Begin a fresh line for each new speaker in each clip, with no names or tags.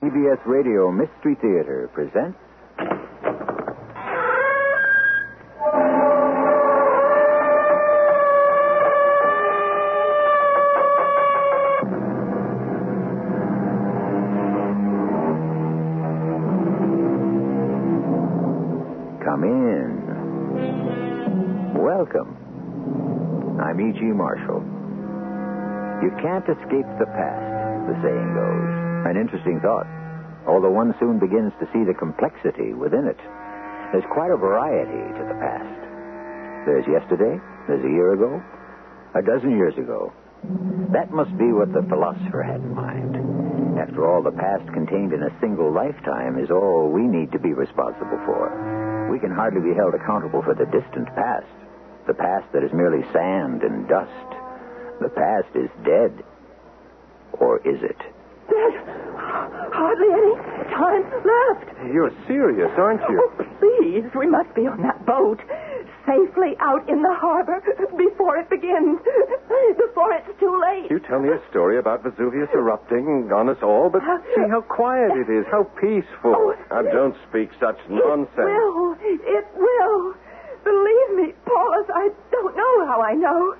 CBS Radio Mystery Theater presents. Come in. Welcome. I'm E.G. Marshall. You can't escape the past, the saying goes. An interesting thought, although one soon begins to see the complexity within it. There's quite a variety to the past. There's yesterday, there's a year ago, a dozen years ago. That must be what the philosopher had in mind. After all, the past contained in a single lifetime is all we need to be responsible for. We can hardly be held accountable for the distant past, the past that is merely sand and dust. The past is dead. Or is it?
There's hardly any time left.
You're serious, aren't
Oh,
you?
please, we must be on that boat. Safely out in the harbor before it begins. Before it's too late.
You tell me a story about Vesuvius erupting on us all, but see how quiet it is, how peaceful.
Oh,
Now, don't speak such nonsense.
It will. It will. Believe me, Paulus, I don't know how I know,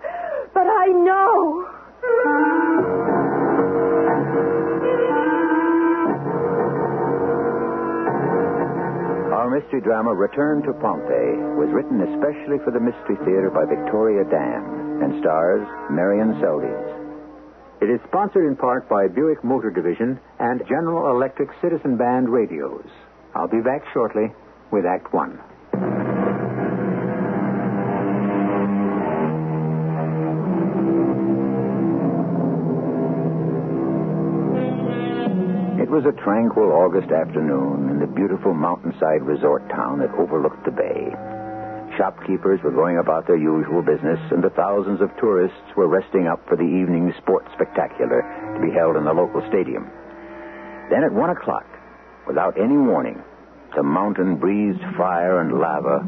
but I know.
Our mystery drama, Return to Pompeii, was written especially for the Mystery Theater by Victoria Dan and stars Marion Seldes. It is sponsored in part by Buick Motor Division and General Electric Citizen Band Radios. I'll be back shortly with Act One. It was a tranquil August afternoon in the beautiful mountainside resort town that overlooked the bay. Shopkeepers were going about their usual business, and the thousands of tourists were resting up for the evening sports spectacular to be held in the local stadium. Then at one o'clock, without any warning, the mountain breathed fire and lava,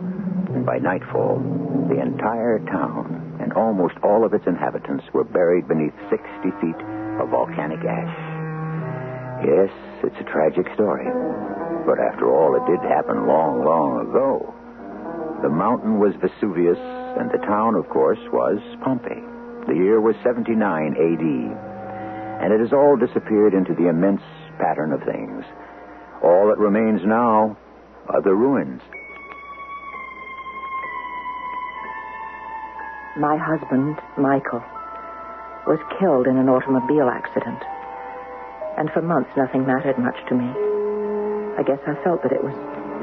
and by nightfall, the entire town and almost all of its inhabitants were buried beneath 60 feet of volcanic ash. Yes, it's a tragic story. But after all, it did happen long, long ago. The mountain was Vesuvius, and the town, of course, was Pompeii. The year was 79 AD, and it has all disappeared into the immense pattern of things. All that remains now are the ruins.
My husband, Michael, was killed in an automobile accident. And for months, nothing mattered much to me. I guess I felt that it was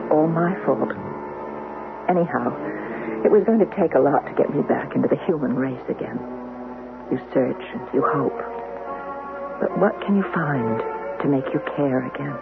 all my fault. Anyhow, it was going to take a lot to get me back into the human race again. You search and you hope. But what can you find to make you care again?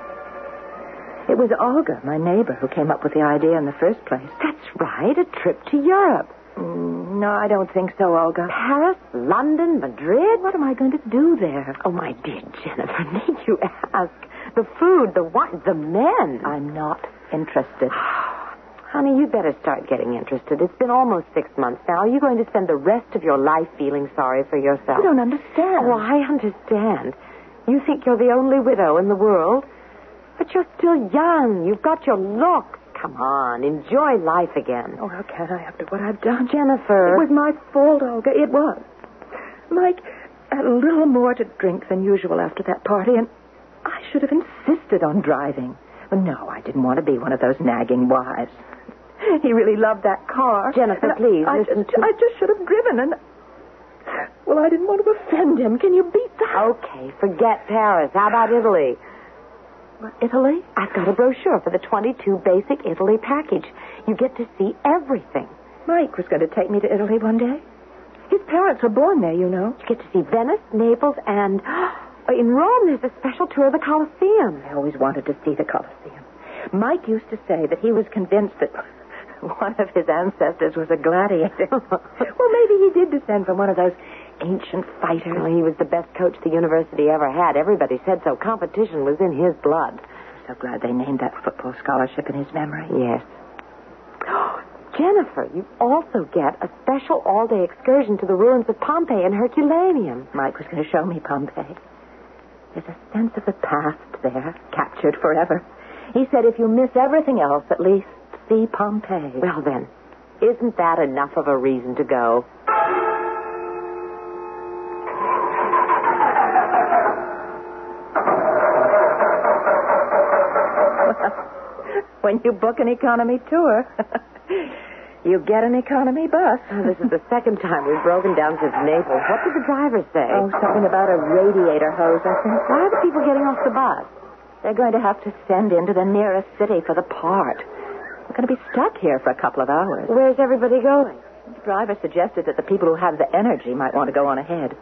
It was Olga, my neighbor, who came up with the idea in the first place.
That's right, a trip to Europe.
Mm, No, I don't think so, Olga.
Paris, London, Madrid.
What am I going to do there?
Oh, my dear Jennifer, need you ask? The food, the wine, the men.
I'm not interested.
Honey, you better start getting interested. It's been almost six months now. Are you going to spend the rest of your life feeling sorry for yourself?
You don't understand.
Oh, I understand. You think you're the only widow in the world, but you're still young. You've got your looks. Come on, enjoy life again.
Oh, how can I after what I've done?
Jennifer.
It was my fault, Olga. It was. Mike had a little more to drink than usual after that party, and I should have insisted on driving. But no, I didn't want to be one of those nagging wives. He really loved that car.
Jennifer,
And
please,
I, I
listen
just,
to-
I just should have driven, and. Well, I didn't want to offend him. Can you beat that?
Okay, forget Paris. How about Italy?
Italy?
I've got a brochure for the 22 Basic Italy package. You get to see everything.
Mike was going to take me to Italy one day. His parents were born there, you know.
You get to see Venice, Naples, and in Rome there's a special tour of the Colosseum.
I always wanted to see the Colosseum. Mike used to say that he was convinced that one of his ancestors was a gladiator. well, maybe he did descend from one of those ancient
Well,
fighters.
he was the best coach the university ever had. Everybody said so. Competition was in his blood.
I'm so glad they named that football scholarship in his memory.
Yes. Jennifer, you also get a special all-day excursion to the ruins of Pompeii and Herculaneum.
Mike was going to show me Pompeii. There's a sense of the past there, captured forever. He said if you miss everything else, at least see Pompeii.
Well, then, isn't that enough of a reason to go?
when you book an economy tour, you get an economy bus.
Oh, this is the second time we've broken down since Naples. What did the driver say?
Oh, something about a radiator hose, I think.
Why are the people getting off the bus?
They're going to have to send into the nearest city for the part. We're going to be stuck here for a couple of hours.
Where's everybody going?
The driver suggested that the people who have the energy might want to go on ahead.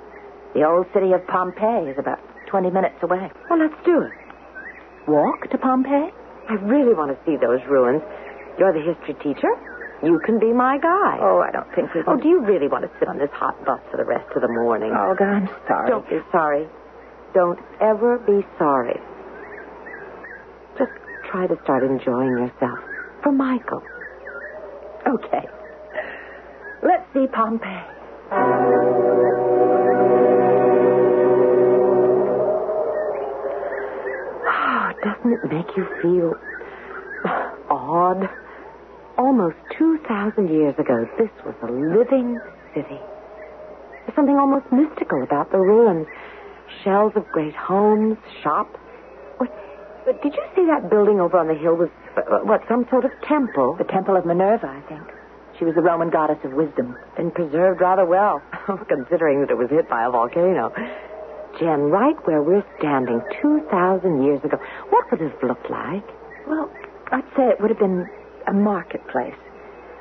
The old city of Pompeii is about 20 minutes away.
Well, let's do it.
Walk to Pompeii?
I really want to see those ruins. You're the history teacher. You can be my guide.
Oh, I don't think we
Oh, do you really want to sit on this hot bus for the rest of the morning?
Olga, I'm sorry.
Don't be sorry. Don't ever be sorry. Just try to start enjoying yourself. For Michael.
Okay. Let's see Pompeii.
Oh, doesn't it make you feel odd? Almost 2,000 years ago, this was a living city. There's something almost mystical about the ruins. Shells of great homes, shops. What, but did you see that building over on the hill was, uh, what, some sort of temple?
The Temple of Minerva, I think. She was the Roman goddess of wisdom.
Been preserved rather well, considering that it was hit by a volcano. Jen, right where we're standing 2,000 years ago, what would it have looked like?
Well, I'd say it would have been a marketplace,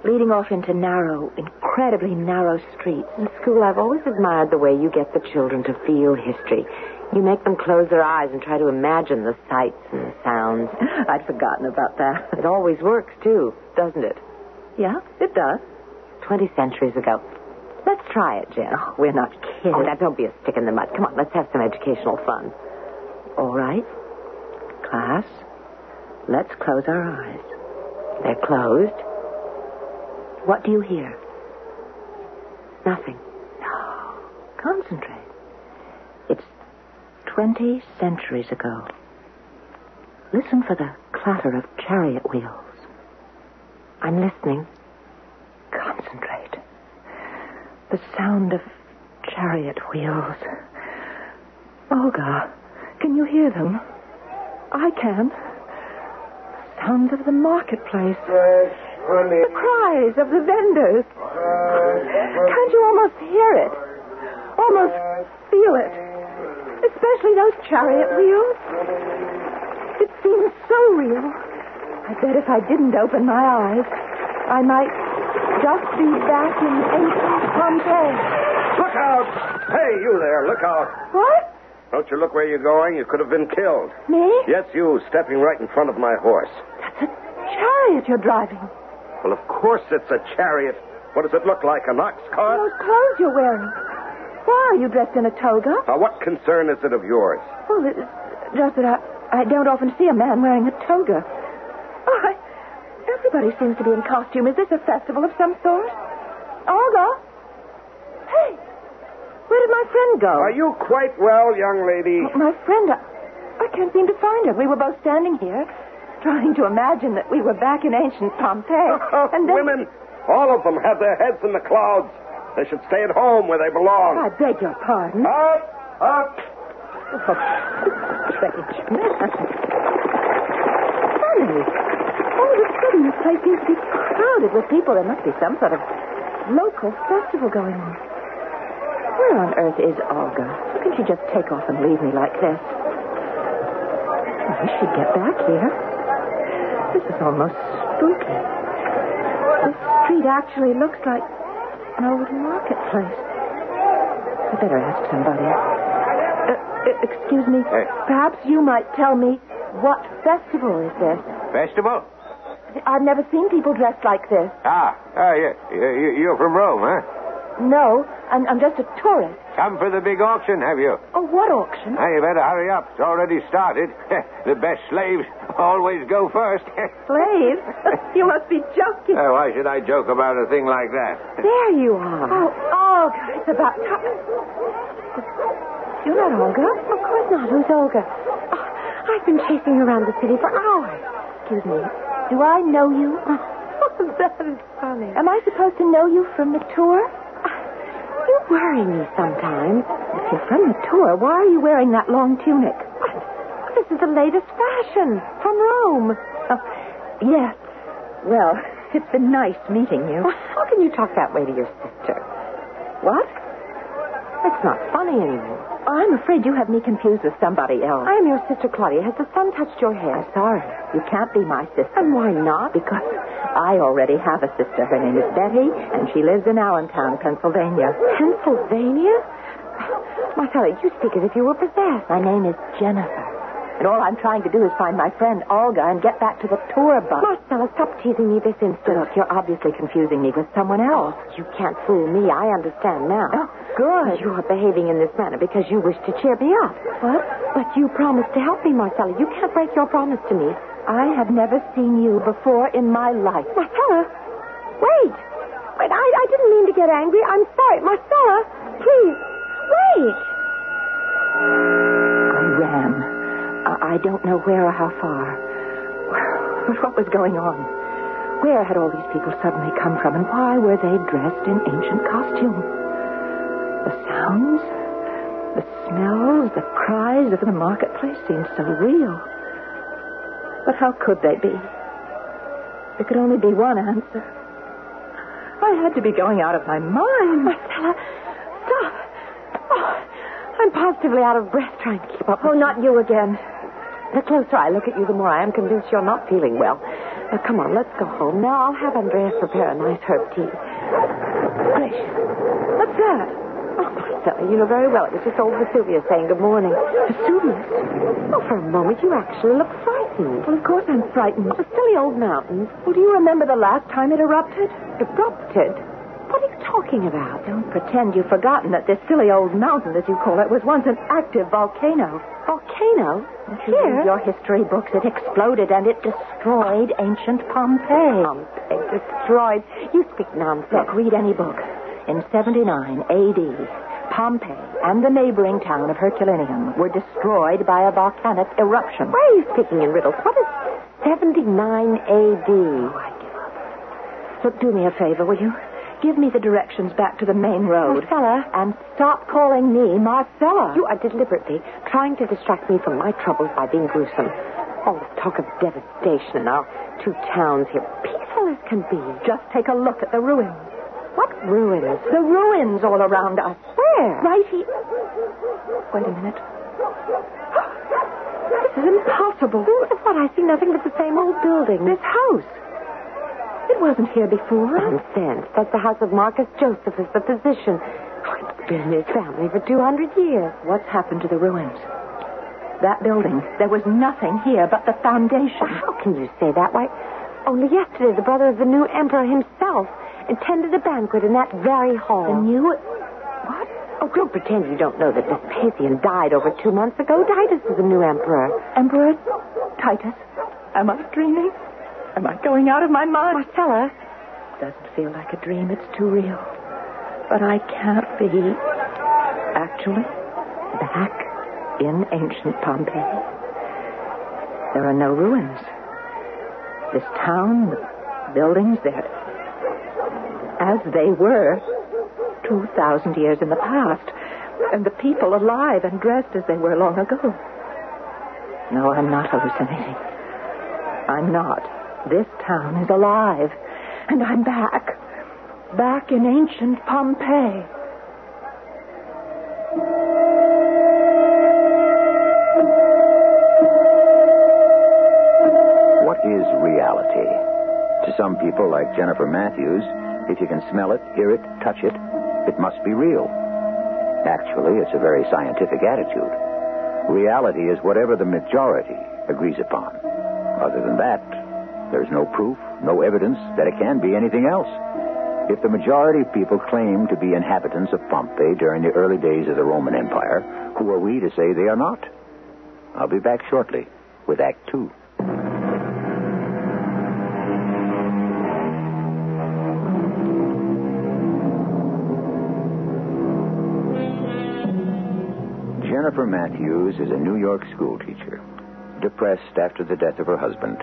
leading off into narrow, incredibly narrow streets.
In school, I've always admired the way you get the children to feel history. You make them close their eyes and try to imagine the sights and the sounds.
I'd forgotten about that.
It always works, too, doesn't it?
Yeah, it does.
20 centuries ago. Let's try it, Jen.
Oh, we're not kidding.
Oh, now don't be a stick in the mud. Come on, let's have some educational fun.
All right. Class, let's close our eyes.
They're closed.
What do you hear?
Nothing.
No. Concentrate. It's 20 centuries ago. Listen for the clatter of chariot wheels.
I'm listening.
Concentrate. The sound of chariot wheels. Olga, can you hear them? I can. Sounds of the marketplace.
Yes, honey.
The cries of the vendors. Can't you almost hear it? Almost feel it? Especially those chariot wheels. It seems so real. I bet if I didn't open my eyes, I might just be back in ancient Pompeii.
Look out! Hey, you there, look out.
What?
Don't you look where you're going? You could have been killed.
Me?
Yes, you, stepping right in front of my horse.
That's a chariot you're driving.
Well, of course it's a chariot. What does it look like, an ox cart?
Those clothes you're wearing. Why are you dressed in a toga?
Now, what concern is it of yours?
Well, it's just that I, I don't often see a man wearing a toga. Oh, I, everybody seems to be in costume. Is this a festival of some sort? Olga? Hey, where did my friend go?
Are you quite well, young lady?
My friend, I, I can't seem to find her. We were both standing here, trying to imagine that we were back in ancient Pompeii. and then...
Oh, Women, all of them have their heads in the clouds. They should stay at home where they belong.
I beg your pardon.
Up, up.
strange. Funny. All of a sudden, this place seems to be crowded with people. There must be some sort of local festival going on. Where on earth is Olga? How can she just take off and leave me like this? I should get back here. This is almost spooky. This street actually looks like an old marketplace. I better ask somebody. Uh, e- excuse me.
Hey.
Perhaps you might tell me what festival is this?
Festival?
I've never seen people dressed like this.
Ah, ah, yeah, you're from Rome, huh?
No, I'm, I'm just a tourist.
Come for the big auction, have you?
Oh, what auction?
Now, you better hurry up. It's already started. the best slaves always go first.
Slaves? you must be joking.
Uh, why should I joke about a thing like that?
There you are.
Oh, Olga, it's about time.
You're not Olga? Of course not. Who's Olga? Oh, I've been chasing you around the city for hours.
Excuse me. Do I know you?
Oh, that is funny.
Am I supposed to know you from the tour? Ah,
You worry me sometimes.
If you're from the tour, why are you wearing that long tunic?
This is the latest fashion from Rome.
Oh, yes. Well, it's been nice meeting you.
Well, how can you talk that way to your sister?
What?
It's not funny anymore.
I'm afraid you have me confused with somebody else.
I am your sister Claudia. Has the sun touched your hair?
I'm sorry. You can't be my sister.
And why not?
Because I already have a sister. Her name is Betty, and she lives in Allentown, Pennsylvania.
Pennsylvania? Marcella, you speak as if you were possessed.
My name is Jennifer. And all I'm trying to do is find my friend Olga and get back to the tour bus.
Marcella, stop teasing me this instant.
Look, you're obviously confusing me with someone else.
You can't fool me. I understand now.
Oh, good.
You are behaving in this manner because you wish to cheer me up.
What?
But you promised to help me, Marcella. You can't break your promise to me.
I have never seen you before in my life.
Marcella, wait. Wait, I, I didn't mean to get angry. I'm sorry. Marcella, please, wait.
I ran. I, I don't know where or how far. But what was going on? Where had all these people suddenly come from, and why were they dressed in ancient costume? The sounds, the smells, the cries of the marketplace seemed so real. But how could they be? There could only be one answer. I had to be going out of my mind.
Marcella, stop. Oh, I'm positively out of breath trying to keep up.
Oh, not you again.
The closer I look at you, the more I am convinced you're not feeling well. Now, come on, let's go home. Now, I'll have Andreas prepare a nice herb tea.
Gracious. What's that?
Oh, Marcella, you know very well it was just old Vesuvius saying good morning.
Vesuvius?
Oh, for a moment, you actually look frightened.
Well, of course I'm frightened.
The silly old mountains
Well, do you remember the last time it erupted?
erupted. What are you talking about?
Don't pretend you've forgotten that this silly old mountain, as you call it, was once an active volcano.
Volcano?
If you read
Here?
your history books, it exploded and it destroyed ancient Pompeii.
Um, they destroyed. You speak nonsense.
Look, read any book. In 79 AD, Pompeii and the neighboring town of Herculaneum were destroyed by a volcanic eruption.
Why are you speaking in riddles? What is 79 AD?
Oh, Look, do me a favor, will you? Give me the directions back to the main road.
Marcella.
And stop calling me Marcella.
You are deliberately trying to distract me from my troubles by being gruesome. All this talk of devastation in our two towns here, peaceful as can be.
just take a look at the ruins.
What ruins?
The ruins all around us.
Where?
Right here. Wait a minute. This is impossible.
Of what I see nothing but the same old building.
This house. It wasn't here before.
Nonsense. That's the house of Marcus Josephus, the physician. Oh, It's been in his family for 200 years.
What's happened to the ruins? That building. There was nothing here but the
Well,
foundation.
how can you say that? Why, only yesterday the brother of the new emperor himself attended a banquet in that very hall.
The new.
What? Oh, don't pretend you don't know that Vespasian died over two months ago. Titus is the new emperor.
Emperor Titus. Am I dreaming? Am I going out of my mind?
Marcella,
Doesn't feel like a dream. It's too real. But I can't be actually back in ancient Pompeii. There are no ruins. This town, the buildings, they're as they were 2,000 years in the past, and the people alive and dressed as they were long ago. No, I'm not hallucinating. I'm not. This town is alive. And I'm back. Back in ancient Pompeii.
What is reality? To some people, like Jennifer Matthews, if you can smell it, hear it, touch it, it must be real. Actually, it's a very scientific attitude. Reality is whatever the majority agrees upon. Other than that, there's no proof, no evidence that it can be anything else. If the majority of people claim to be inhabitants of Pompeii during the early days of the Roman Empire, who are we to say they are not? I'll be back shortly with Act Two. Jennifer Matthews is a New York schoolteacher, depressed after the death of her husband.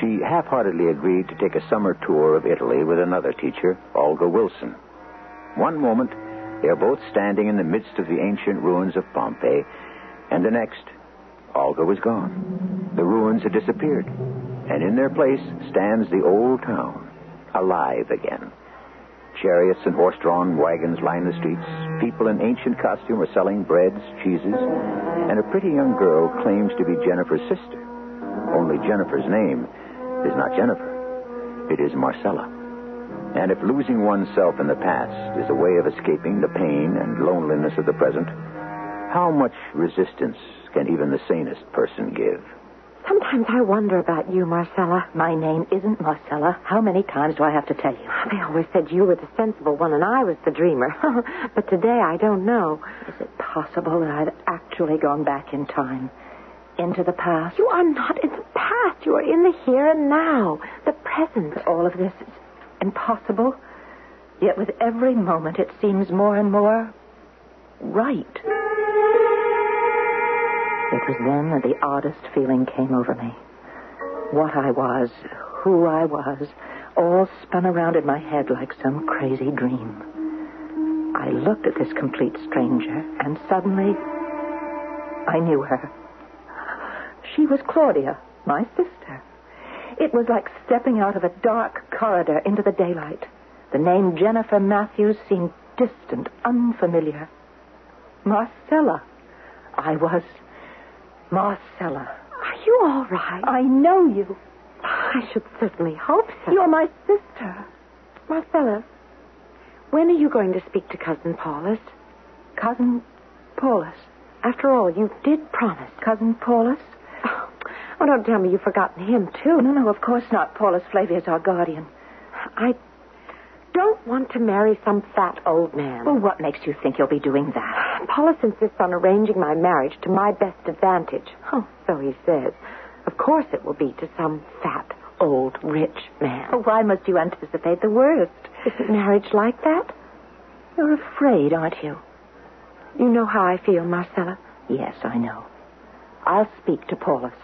She half heartedly agreed to take a summer tour of Italy with another teacher, Olga Wilson. One moment, they are both standing in the midst of the ancient ruins of Pompeii, and the next, Olga was gone. The ruins had disappeared, and in their place stands the old town, alive again. Chariots and horse drawn wagons line the streets. People in ancient costume are selling breads, cheeses, and a pretty young girl claims to be Jennifer's sister. Only Jennifer's name is not Jennifer, it is Marcella. And if losing oneself in the past is a way of escaping the pain and loneliness of the present, how much resistance can even the sanest person give?
Sometimes I wonder about you, Marcella.
My name isn't Marcella. How many times do I have to tell you?
They always said you were the sensible one and I was the dreamer. but today I don't know.
Is it possible that I've actually gone back in time? Into the past?
You are not in the past. You are in the here and now, the present.
But all of this is impossible. Yet with every moment it seems more and more right. It was then that the oddest feeling came over me. What I was, who I was, all spun around in my head like some crazy dream. I looked at this complete stranger, and suddenly I knew her. She was Claudia, my sister. It was like stepping out of a dark corridor into the daylight. The name Jennifer Matthews seemed distant, unfamiliar. Marcella. I was Marcella.
Are you all right?
I know you.
I should certainly hope so.
You're my sister.
Marcella, when are you going to speak to Cousin Paulus?
Cousin Paulus.
After all, you did promise.
Cousin Paulus? Oh,
Oh, oh don't tell me you've forgotten him, too.
No, no, of course not. Paulus Flavia's our guardian.
I don't want to marry some fat old man.
Well, what makes you think you'll be doing that?
Paulus insists on arranging my marriage to my best advantage. Oh, so he says. Of course it will be to some fat, old, rich man.
Oh, why must you anticipate the worst?
Isn't marriage like that?
You're afraid, aren't you?
You know how I feel, Marcella.
Yes, I know. I'll speak to Paulus.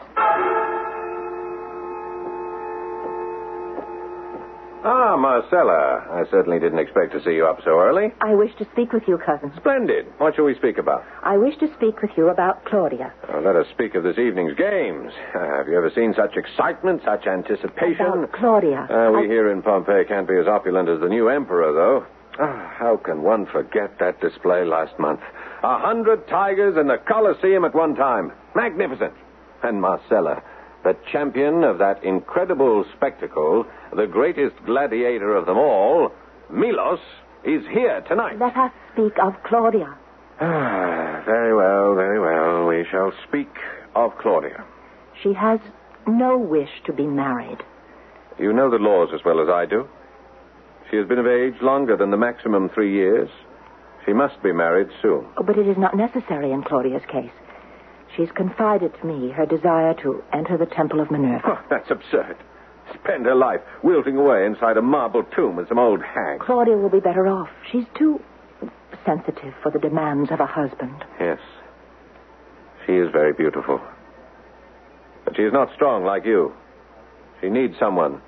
Ah, Marcella. I certainly didn't expect to see you up so early.
I wish to speak with you, cousin.
Splendid. What shall we speak about?
I wish to speak with you about Claudia.
Uh, let us speak of this evening's games. Uh, have you ever seen such excitement, such anticipation?
About Claudia.
Uh, we here in Pompeii can't be as opulent as the new emperor, though. Ah, how can one forget that display last month? A hundred tigers in the Colosseum at one time. Magnificent. And Marcella the champion of that incredible spectacle, the greatest gladiator of them all, Milos, is here tonight.
Let us speak of Claudia.
Ah, very well, very well. We shall speak of Claudia.
She has no wish to be married.
You know the laws as well as I do. She has been of age longer than the maximum three years. She must be married soon.
Oh, but it is not necessary in Claudia's case. She's confided to me her desire to enter the Temple of Minerva.
Oh, that's absurd. Spend her life wilting away inside a marble tomb with some old hag.
Claudia will be better off. She's too sensitive for the demands of a husband.
Yes. She is very beautiful. But she is not strong like you. She needs someone.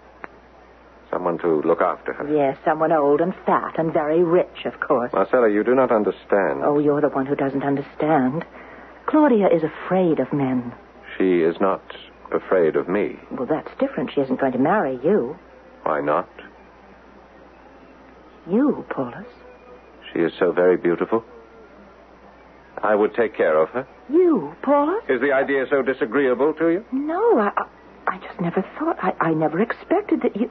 Someone to look after her.
Yes, someone old and fat and very rich, of course.
Marcella, you do not understand.
Oh, you're the one who doesn't understand. Claudia is afraid of men.
She is not afraid of me.
Well, that's different. She isn't going to marry you.
Why not?
You, Paulus.
She is so very beautiful. I would take care of her.
You, Paulus?
Is the idea so disagreeable to you?
No, I, I, I just never thought. I, I never expected that you.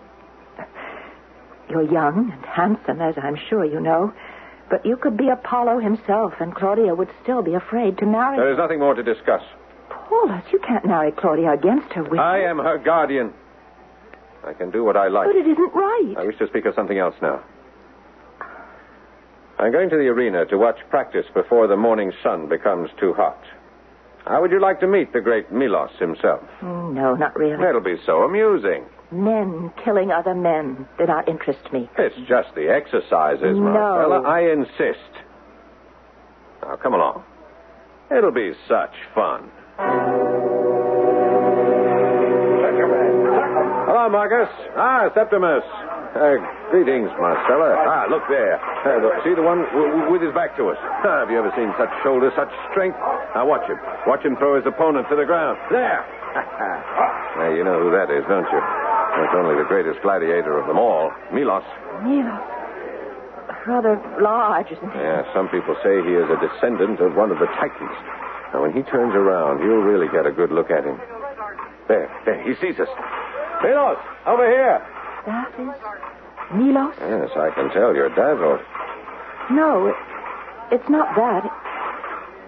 You're young and handsome, as I'm sure you know. But you could be Apollo himself, and Claudia would still be afraid to marry.
There is nothing more to discuss.
Paulus, you can't marry Claudia against her will.
Uh, I am her guardian. I can do what I like.
But it isn't right.
I wish to speak of something else now. I'm going to the arena to watch practice before the morning sun becomes too hot. How would you like to meet the great Milos himself?
Mm, no, not really.
That'll be so amusing.
Men killing other men do not interest me.
It's just the exercises,
No.
Marcella. I insist. Now, come along. It'll be such fun. Hello, Marcus. Ah, Septimus. Uh, greetings, Marcella. Ah, look there. Uh, look, see the one w- w- with his back to us. Ah, have you ever seen such shoulders, such strength? Now watch him. Watch him throw his opponent to the ground. There. now you know who that is, don't you? That's only the greatest gladiator of them all, Milos.
Milos. Rather large, isn't he?
Yeah, some people say he is a descendant of one of the Titans. Now, when he turns around, you'll really get a good look at him. There, there, he sees us. Milos, over here.
That is Milos?
Yes, I can tell you're dazzled.
No, it, it's not that.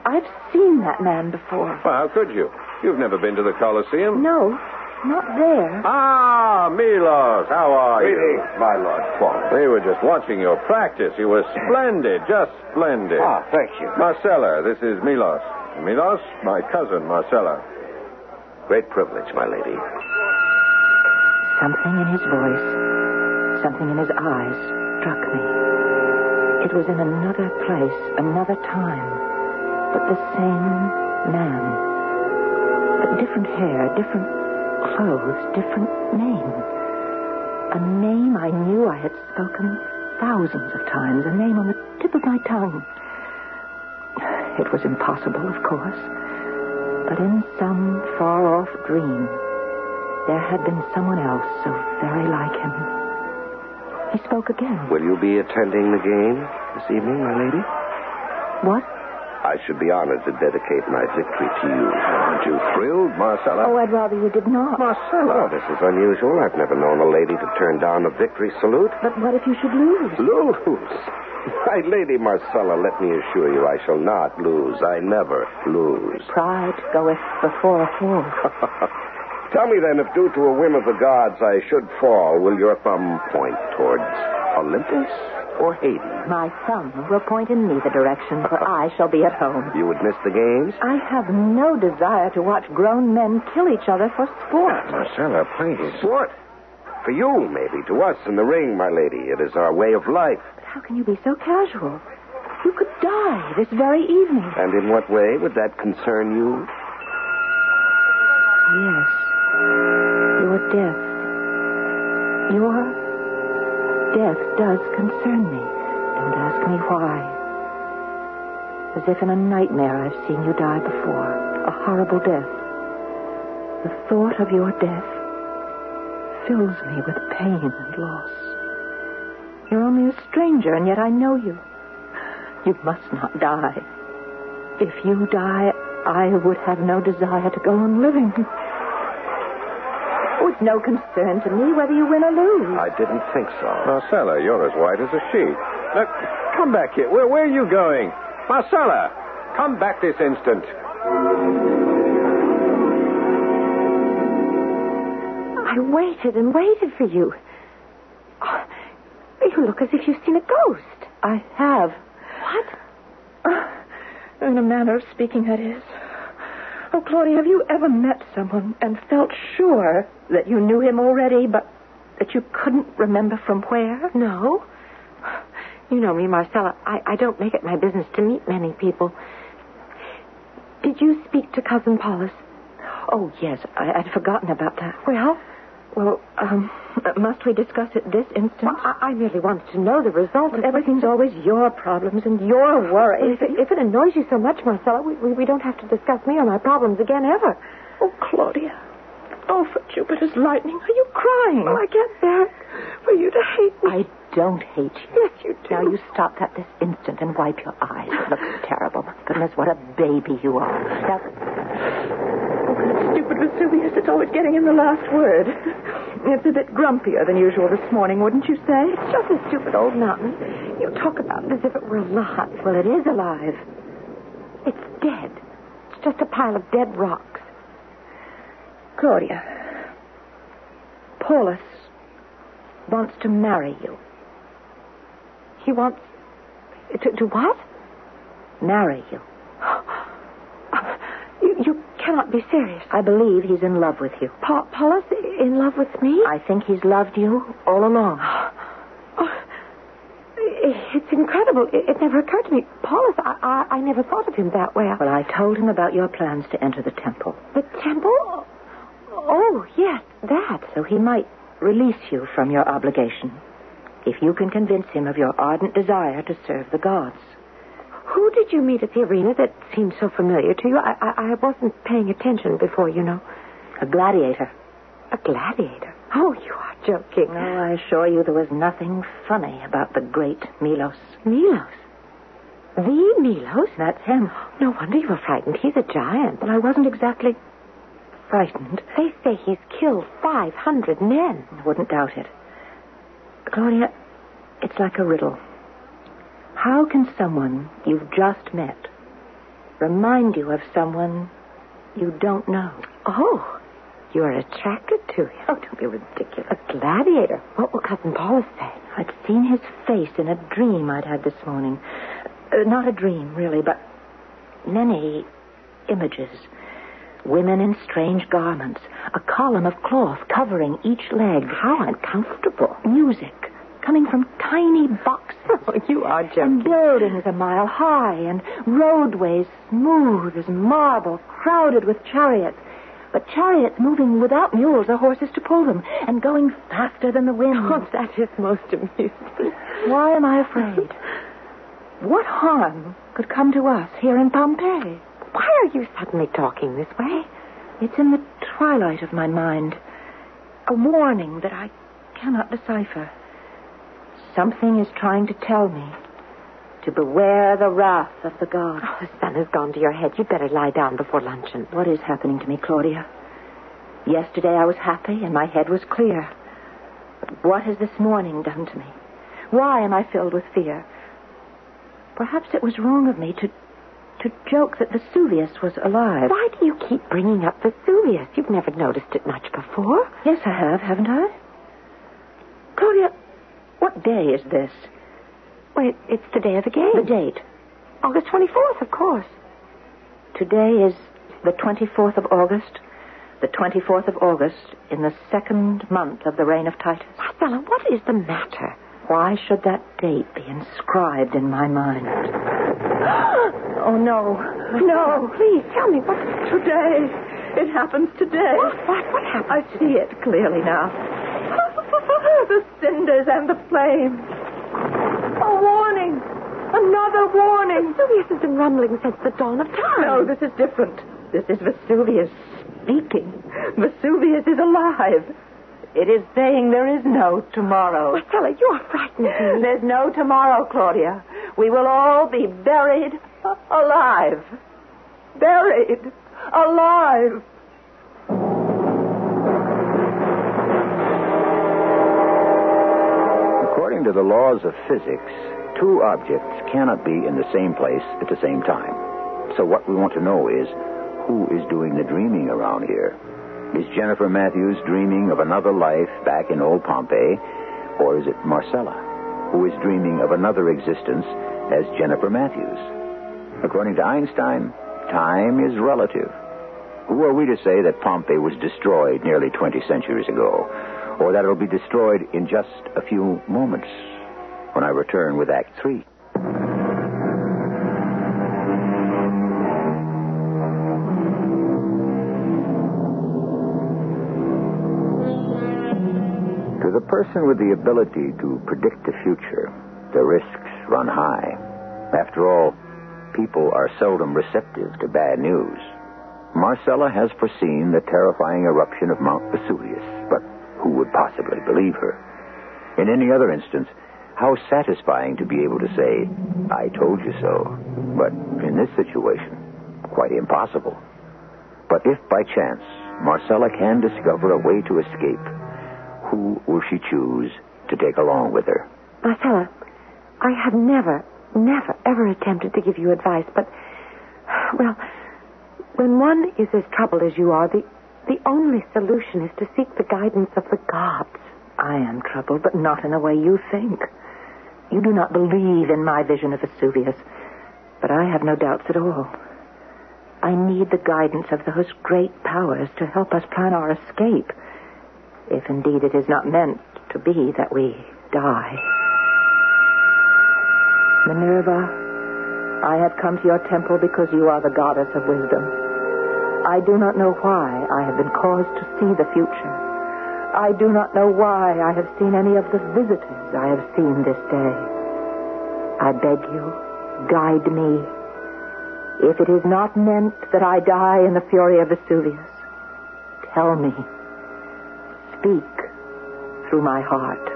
I've seen that man before.
Well, how could you? You've never been to the Colosseum.
No, not there.
Ah, Milos, how are you?
Greetings, my lord. Paul.
We were just watching your practice. You were splendid, just splendid.
Ah, thank you.
Marcella, this is Milos. Milos, my cousin, Marcella.
Great privilege, my lady.
Something in his voice, something in his eyes struck me. It was in another place, another time, but the same man. But different hair, different clothes, different name. A name I knew I had spoken thousands of times, a name on the tip of my tongue. It was impossible, of course, but in some far off dream, there had been someone else so very like him. He spoke again.
Will you be attending the game this evening, my lady?
What?
I should be honored to dedicate my victory to you. Aren't you thrilled, Marcella?
Oh, I'd rather you did not.
Oh,
Marcella. this is unusual. I've never known a lady to turn down a victory salute.
But what if you should lose?
Lose? My lady Marcella, let me assure you I shall not lose. I never lose.
Pride goeth before a fall.
Tell me then, if due to a whim of the gods I should fall, will your thumb point towards Olympus or Hades?
My thumb will point in neither direction, for I shall be at home.
You would miss the games?
I have no desire to watch grown men kill each other for sport.
Marcella, please. What? For you, maybe. To us in the ring, my lady. It is our way of life.
But how can you be so casual? You could die this very evening.
And in what way would that concern you?
Yes. Your death. Your death does concern me. Don't ask me why. As if in a nightmare I've seen you die before. A horrible death. The thought of your death fills me with pain and loss. You're only a stranger, and yet I know you. You must not die. If you die, I would have no desire to go on living. With no concern to me whether you win or lose.
I didn't think so.
Marcella, you're as white as a sheet. Now, come back here. Where, where are you going? Marcella, come back this instant.
I waited and waited for you. Oh, you look as if you've seen a ghost.
I have. Uh,
What?
In a manner of speaking, that is. Oh, Claudia, have you ever met someone and felt sure that you knew him already, but that you couldn't remember from where?
No. You know me, Marcella. I, I don't make it my business to meet many people. Did you speak to Cousin Paulus?
Oh, yes, I, I'd forgotten about that.
Well,
Well, um, must we discuss it this instant?
I, I merely wanted to know the result of
Everything's always your problems and your worries.
If it, if it annoys you so much, Marcella, we, we, we don't have to discuss me or my problems again ever.
Oh, Claudia. Oh, for Jupiter's lightning, are you crying?
Oh, I can't bear it for you to hate me.
I don't hate you.
Yes, you do.
Now you stop that this instant and wipe your eyes. It looks terrible. My goodness, what a baby you are. Now,
Stupid Vesuvius, it's always getting in the last word. It's a bit grumpier than usual this morning, wouldn't you say?
It's just a stupid old mountain. You talk about it as if it were alive. Well, it is alive. It's dead. It's just a pile of dead rocks.
Claudia, Paulus wants to marry you.
He wants to, to what?
Marry you.
You, you cannot be serious.
I believe he's in love with you.
Pa- Paula's in love with me?
I think he's loved you all along.
Oh, It's incredible. It, it never occurred to me. Paulus, I, I, I never thought of him that way. I-
Well, I told him about your plans to enter the temple,
The temple? Oh, yes, that.
so he might release you from your obligation if you can convince him of your ardent desire to serve the gods.
Who did you meet at the arena that seemed so familiar to you? I, I, I wasn't paying attention before, you know.
A gladiator.
A gladiator. Oh, you are joking.
No, I assure you there was nothing funny about the great Milos.
Milos. The Milos?
That's him.
No wonder you were frightened. He's a giant.
Well, I wasn't exactly frightened.
They say he's killed 500 men.
I wouldn't doubt it. Claudia, it's like a riddle. How can someone you've just met remind you of someone you don't know?
Oh, you're attracted to him. Oh, don't be ridiculous. A gladiator. What will Cousin Paulus say?
I'd seen his face in a dream I'd had this morning. Uh, not a dream, really, but many images. Women in strange garments, a column of cloth covering each leg. How uncomfortable. Music coming from tiny boxes.
Oh, you are
And buildings a mile high, and roadways smooth as marble, crowded with chariots. But chariots moving without mules or horses to pull them, and going faster than the wind.
Oh, that is most amusing.
Why am I afraid? What harm could come to us here in Pompeii?
Why are you suddenly talking this way?
It's in the twilight of my mind. A warning that I cannot decipher. Something is trying to tell me to beware the wrath of the gods.
Oh, the sun has gone to your head. You'd better lie down before luncheon.
What is happening to me, Claudia? Yesterday I was happy and my head was clear. But what has this morning done to me? Why am I filled with fear? Perhaps it was wrong of me to to joke that Vesuvius was alive.
Why do you keep bringing up Vesuvius? You've never noticed it much before.
Yes, I have, haven't I? Claudia, what day is this?
Well, it, it's the day of the game.
The date.
August 24th, of course.
Today is the 24th of August. The 24th of August in the second month of the reign of Titus.
Marcella, what is the matter?
Why should that date be inscribed in my mind? oh, no.
No, please tell me what.
Today. It happens today.
What? What happened?
I see it clearly now. the cinders and the flames. A warning. Another warning.
Vesuvius has been rumbling since the dawn of time.
No, this is different. This is Vesuvius speaking. Vesuvius is alive. It is saying there is no tomorrow.
Marcella, you are frightened.
There's no tomorrow, Claudia. We will all be buried alive. Buried alive.
According to the laws of physics, two objects cannot be in the same place at the same time. So what we want to know is who is doing the dreaming around here? Is Jennifer Matthews dreaming of another life back in old Pompeii, or is it Marcella, who is dreaming of another existence as Jennifer Matthews? According to Einstein, time is relative. Who are we to say that Pompeii was destroyed nearly 20 centuries ago, or that it'll be destroyed in just a few moments when I return with Act Three? To the person with the ability to predict the future, the risks run high. After all, people are seldom receptive to bad news. Marcella has foreseen the terrifying eruption of Mount Vesuvius, but who would possibly believe her? In any other instance, how satisfying to be able to say, I told you so. But in this situation, quite impossible. But if by chance Marcella can discover a way to escape, who will she choose to take along with her?
Marcella, I have never, never, ever attempted to give you advice, but, well, when one is as troubled as you are, the, the only solution is to seek the guidance of the gods.
I am troubled, but not in the way you think. You do not believe in my vision of Vesuvius, but I have no doubts at all. I need the guidance of those great powers to help us plan our escape, if indeed it is not meant to be that we die. Minerva, I have come to your temple because you are the goddess of wisdom. I do not know why I have been caused to see the future. I do not know why I have seen any of the visitors I have seen this day. I beg you, guide me. If it is not meant that I die in the fury of Vesuvius, tell me. Speak through my heart.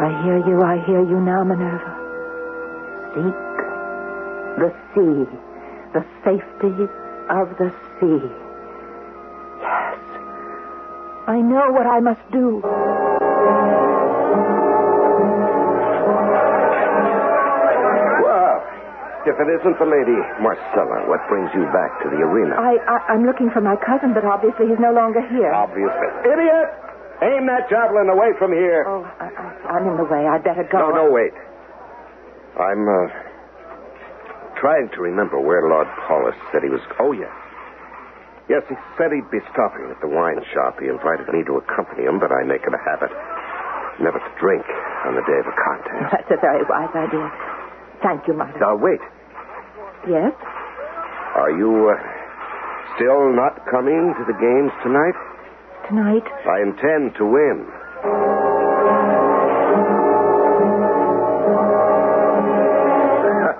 I hear you, I hear you now, Minerva. Seek the sea, the safety of the sea. Yes, I know what I must do.
Well, if it isn't the lady Marcella, what brings you back to the arena?
I, I, I'm looking for my cousin, but obviously he's no longer here.
Obviously. Idiot! Aim that javelin away from here.
Oh, I, I, I'm in the way. I'd better go.
No, no, wait. I'm uh, trying to remember where Lord Paulus said he was. Oh, yes. Yes, he said he'd be stopping at the wine shop. He invited me to accompany him, but I make it a habit never to drink on the day of a contest.
That's a very wise idea. Thank you, Mother.
Now, wait.
Yes?
Are you uh, still not coming to the games tonight?
Tonight?
I intend to win.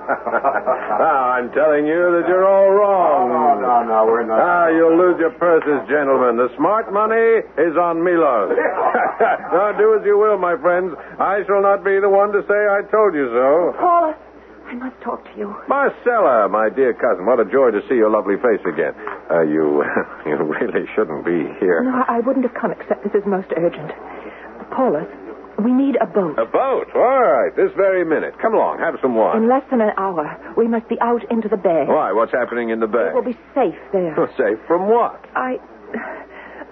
Ah, I'm telling you that you're all wrong.
Oh, no, no, we're
Ah, you'll lose your purses, gentlemen. The smart money is on Milos. now, do as you will, my friends. I shall not be the one to say I told you so.
Paula, I must talk to you.
Marcella, my dear cousin, what a joy to see your lovely face again. Uh, you, you really shouldn't be here.
No, I I wouldn't have come except this is most urgent. Paulus, we need a boat.
A boat? All right, this very minute. Come along, have some wine.
In less than an hour, we must be out into the bay.
Why? What's happening in the bay?
It will be safe there.
Safe from what?
I,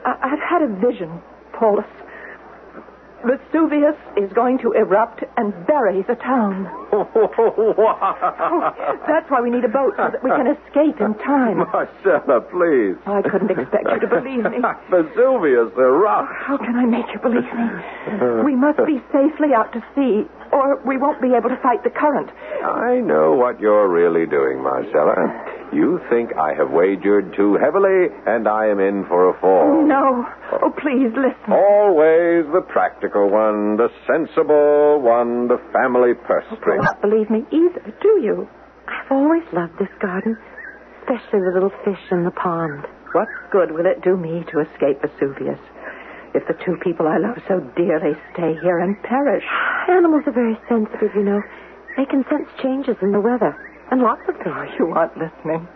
I, I've had a vision, Paulus. Vesuvius is going to erupt and bury the town. Oh, that's why we need a boat so that we can escape in time.
Marcella, please.
I couldn't expect you to believe me.
Vesuvius, the rock.
How can I make you believe me? We must be safely out to sea, or we won't be able to fight the current.
I know what you're really doing, Marcella. You think I have wagered too heavily, and I am in for a fall.
No. Oh, please listen.
Always the practical one, the sensible one, the family purse
You
string.
don't believe me either, do you?
I've always loved this garden, especially the little fish in the pond.
What good will it do me to escape Vesuvius if the two people I love so dearly stay here and perish?
Animals are very sensitive, you know. They can sense changes in the weather and lots of things.
You aren't listening.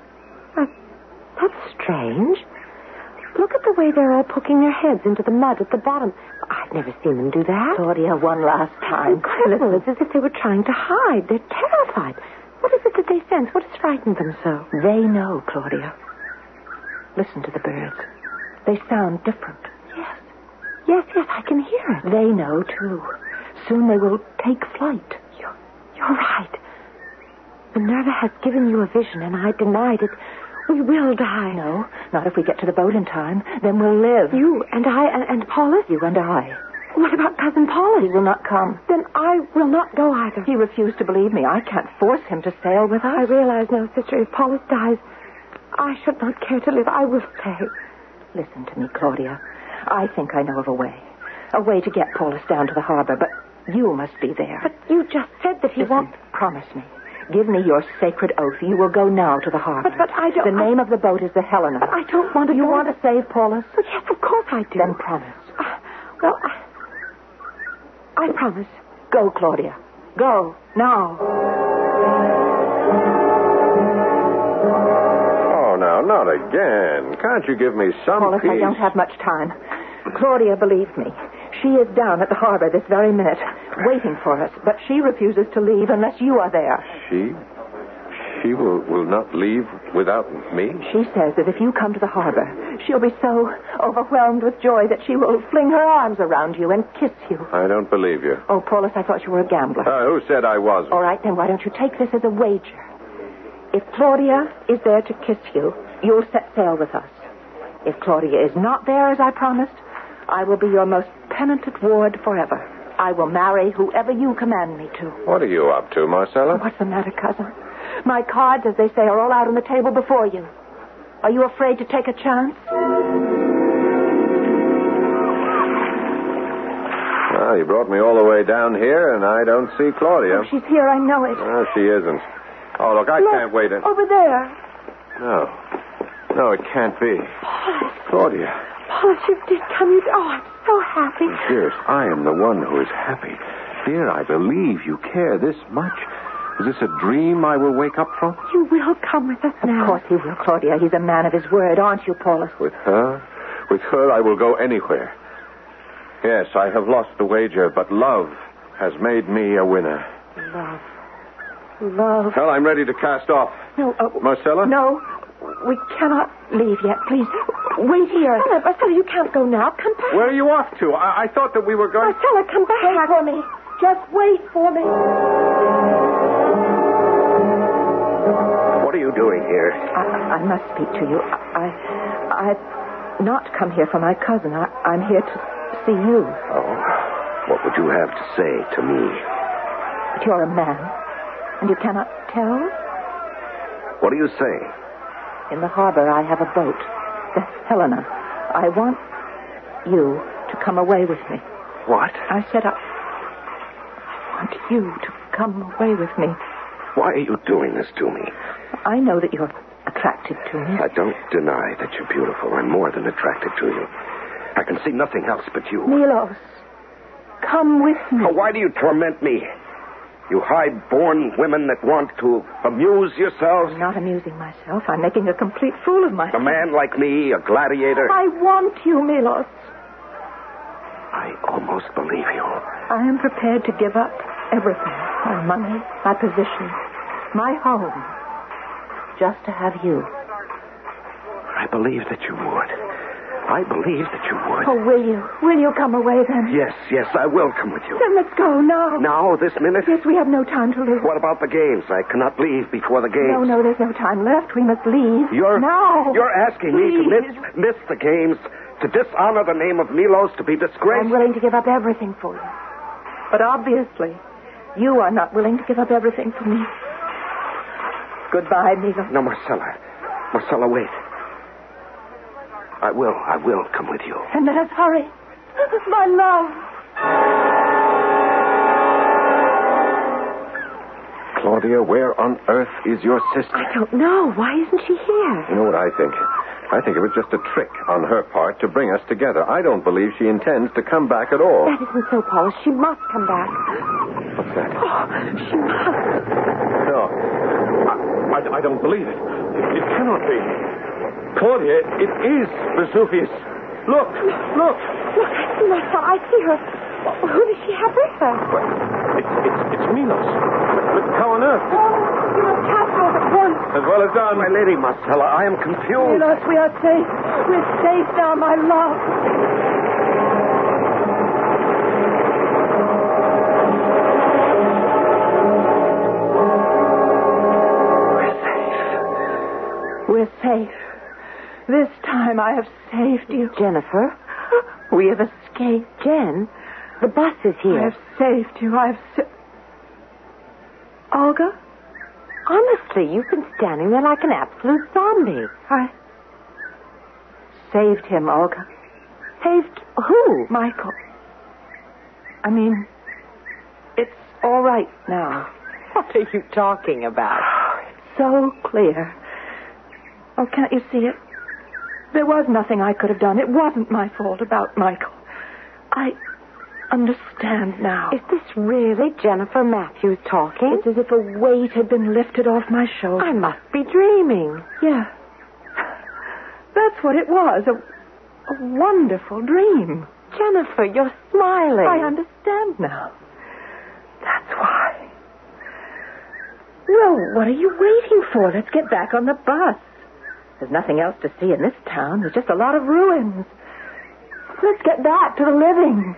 Uh, That's strange. Look at the way they're
Uh,
all poking their heads into the mud at the bottom. I've never seen them do that.
Claudia, one last time.
Incredible. It's as if they were trying to hide. They're terrified. What is it that they sense? What has frightened them so?
They know, Claudia. Listen to the birds. They sound different.
Yes. Yes, yes, I can hear it.
They know, too. Soon they will take flight.
You're, you're right. Minerva has given you a vision, and I denied it. We will die.
No, not if we get to the boat in time. Then we'll live.
You and I and, and Paulus?
You and I.
What about Cousin Paulus?
He will not come.
Then I will not go either.
He refused to believe me. I can't force him to sail with
I
us.
realize now, sister, if Paulus dies, I should not care to live. I will stay.
Listen to me, Claudia. I think I know of a way. A way to get Paulus down to the harbor, but you must be there.
But you just said that he
Listen,
won't.
promise me. Give me your sacred oath. You will go now to the harbor.
But- but I don't-
The name of the boat is the Helena.
But I don't want to
You
go
want
to-
to save Paulus?
But yes, of course I do.
Then promise.
Uh, well, I, I promise.
Go, Claudia. Go now.
Oh, now, not again. Can't you give me some
Paulus,
peace?
I don't have much time. Claudia, believe me. She is down at the harbor this very minute, waiting for us, but she refuses to leave unless you are there.
She? She will, will not leave without me?
She says that if you come to the harbor, she'll be so overwhelmed with joy that she will fling her arms around you and kiss you.
I don't believe you.
Oh, Paulus, I thought you were a gambler.
Uh, who said I wasn't?
All right, then why don't you take this as a wager? If Claudia is there to kiss you, you'll set sail with us. If Claudia is not there, as I promised, I will be your most penitent ward forever. I will marry whoever you command me to.
What are you up to, Marcella?
What's the matter, cousin? My cards, as they say, are all out on the table before you. Are you afraid to take a chance?
Well, Ah, you brought me all the way down here, and I don't see Claudia.
Oh, she's here, I know it.
No, she isn't. Oh, look, I
Look,
can't wait. In...
Over there.
No. No, it can't be. Claudia. Oh,
Paula, you did come. You... Oh, I'm so happy.
Dearest, I am the one who is happy. Dear, I believe you care this much. Is this a dream I will wake up from?
You will come with us now.
Of course he will, Claudia. He's a man of his word, aren't you, Paulus?
With her? With her, I will go anywhere. Yes, I have lost the wager, but love has made me a winner.
Love. Love.
Well, I'm ready to cast off.
No,
uh,
oh,
Marcella?
No, we cannot leave yet. Please, wait here. Marcella, you can't go now. Come back.
Where are you off to? I, I thought that we were going.
Marcella, come back. Wait for me. Just wait for me.
What are you doing here?
I, I must speak to you. I, I, I've not come here for my cousin. I, I'm here to see you.
Oh, what would you have to say to me?
But you're a man, and you cannot tell.
What are you saying?
In the harbor, I have a boat, the Helena. I want you to come away with me.
What?
I said I, I want you to come away with me.
Why are you doing this to me?
I know that you're attracted to me.
I don't deny that you're beautiful. I'm more than attracted to you. I can see nothing else but you.
Milos, come with me.
Oh, why do you torment me? You high-born women that want to amuse yourselves?
I'm not amusing myself. I'm making a complete fool of
A
myself.
man like me, a gladiator?
I want you, Milos.
I almost believe you.
I am prepared to give up everything my money, my position, my home, just to have you.
I believe that you would. I believe that you would.
Oh, will you? Will you come away then?
Yes, yes, I will come with you.
Then let's go now.
Now, this minute?
Yes, we have no time to lose.
What about the games? I cannot leave before the games.
No, no, there's no time left. We must leave.
You're
now.
You're asking me to miss miss the games, to dishonor the name of Milos, to be
I'm
disgraced.
willing to give up everything for you. But obviously, you are not willing to give up everything for me. Goodbye, Milo.
No, Marcella. Marcella, wait. I will. I will come with you.
And let us hurry. My love.
Claudia, where on earth is your sister?
I don't know. Why isn't she here?
You know what I think? I think it was just a trick on her part to bring us together. I don't believe she intends to come back at all.
That isn't so, Paula. She must come back.
What's that?
Oh,
She must.
No. I, I, I don't believe it. It cannot be. Claudia, it is Vesuvius. Look,
Look,
look.
I see myself. I see her. Who does she have with her?
Well, It's, it's, it's Milos. Look, how on earth?
You must catch her at once.
As well as done.
My lady Marcella, I am confused.
Milos, we are safe. We're safe now, my love.
We're safe. This time I have saved you.
Jennifer?
We have escaped.
Jen? The bus is
I
here.
have saved you. I have sa- Olga,
Honestly, you've been standing there like an absolute zombie.
I saved him, Olga.
Saved who?
Michael. I mean, it's all right now.
What are you talking about?
So clear. Oh, can't you see it? There was nothing I could have done. It wasn't my fault about Michael. I understand now.
Is this really Jennifer Matthews talking?
It's as if a weight had been lifted off my shoulders.
I must be dreaming.
Yeah. That's what it was. A, a wonderful dream.
Jennifer, you're smiling.
I understand now. That's why. Well, what are you waiting for? Let's get back on the bus. There's nothing else to see in this town. There's just a lot of ruins. Let's get back to the living.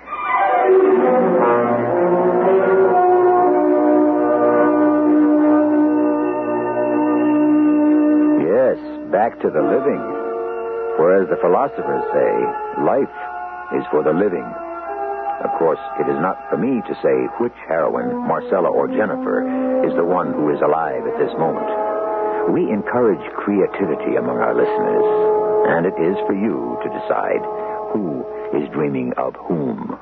Yes, back to the living. Whereas the philosophers say, life is for the living. Of course, it is not for me to say which heroine, Marcella or Jennifer, is the one who is alive at this moment. We encourage creativity among our listeners, and it is for you to decide who is dreaming of whom.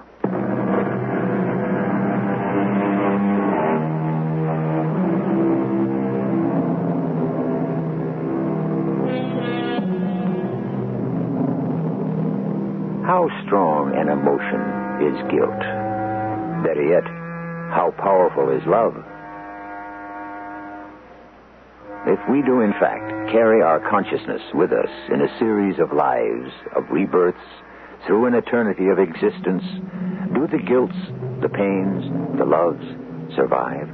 How strong an emotion is guilt? Better yet, how powerful is love? If we do, in fact, carry our consciousness with us in a series of lives, of rebirths, through an eternity of existence, do the guilts, the pains, the loves survive?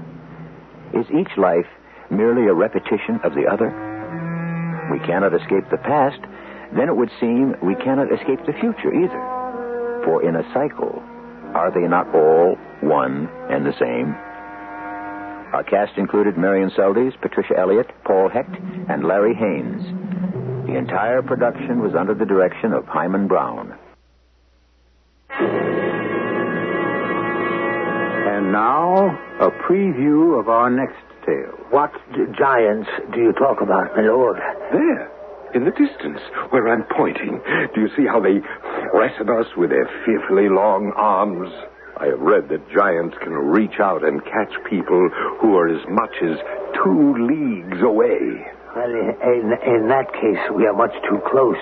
Is each life merely a repetition of the other? We cannot escape the past, then it would seem we cannot escape the future either. For in a cycle, are they not all one and the same? Our cast included Marion Seldes, Patricia Elliott, Paul Hecht, and Larry Haynes. The entire production was under the direction of Hyman Brown.
And now, a preview of our next tale.
What d- giants do you talk about, my lord?
There, in the distance, where I'm pointing. Do you see how they threaten us with their fearfully long arms? I have read that giants can reach out and catch people who are as much as two leagues away.
Well, in, in that case, we are much too close.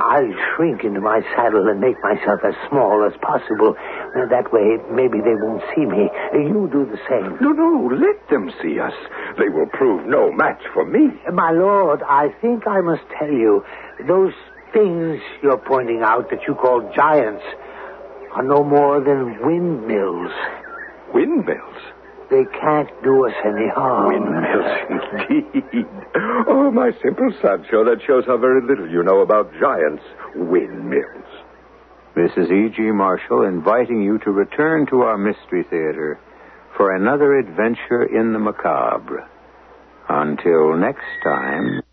I'll shrink into my saddle and make myself as small as possible. That way, maybe they won't see me. You do the same.
No, no, let them see us. They will prove no match for me.
My lord, I think I must tell you, those things you're pointing out that you call giants are no more than windmills.
Windmills?
They can't do us any harm.
Windmills, indeed. Oh, my simple Sancho, that shows how very little you know about giants. Windmills.
This is E.G. Marshall inviting you to return to our Mystery Theater for another adventure in the macabre. Until next time.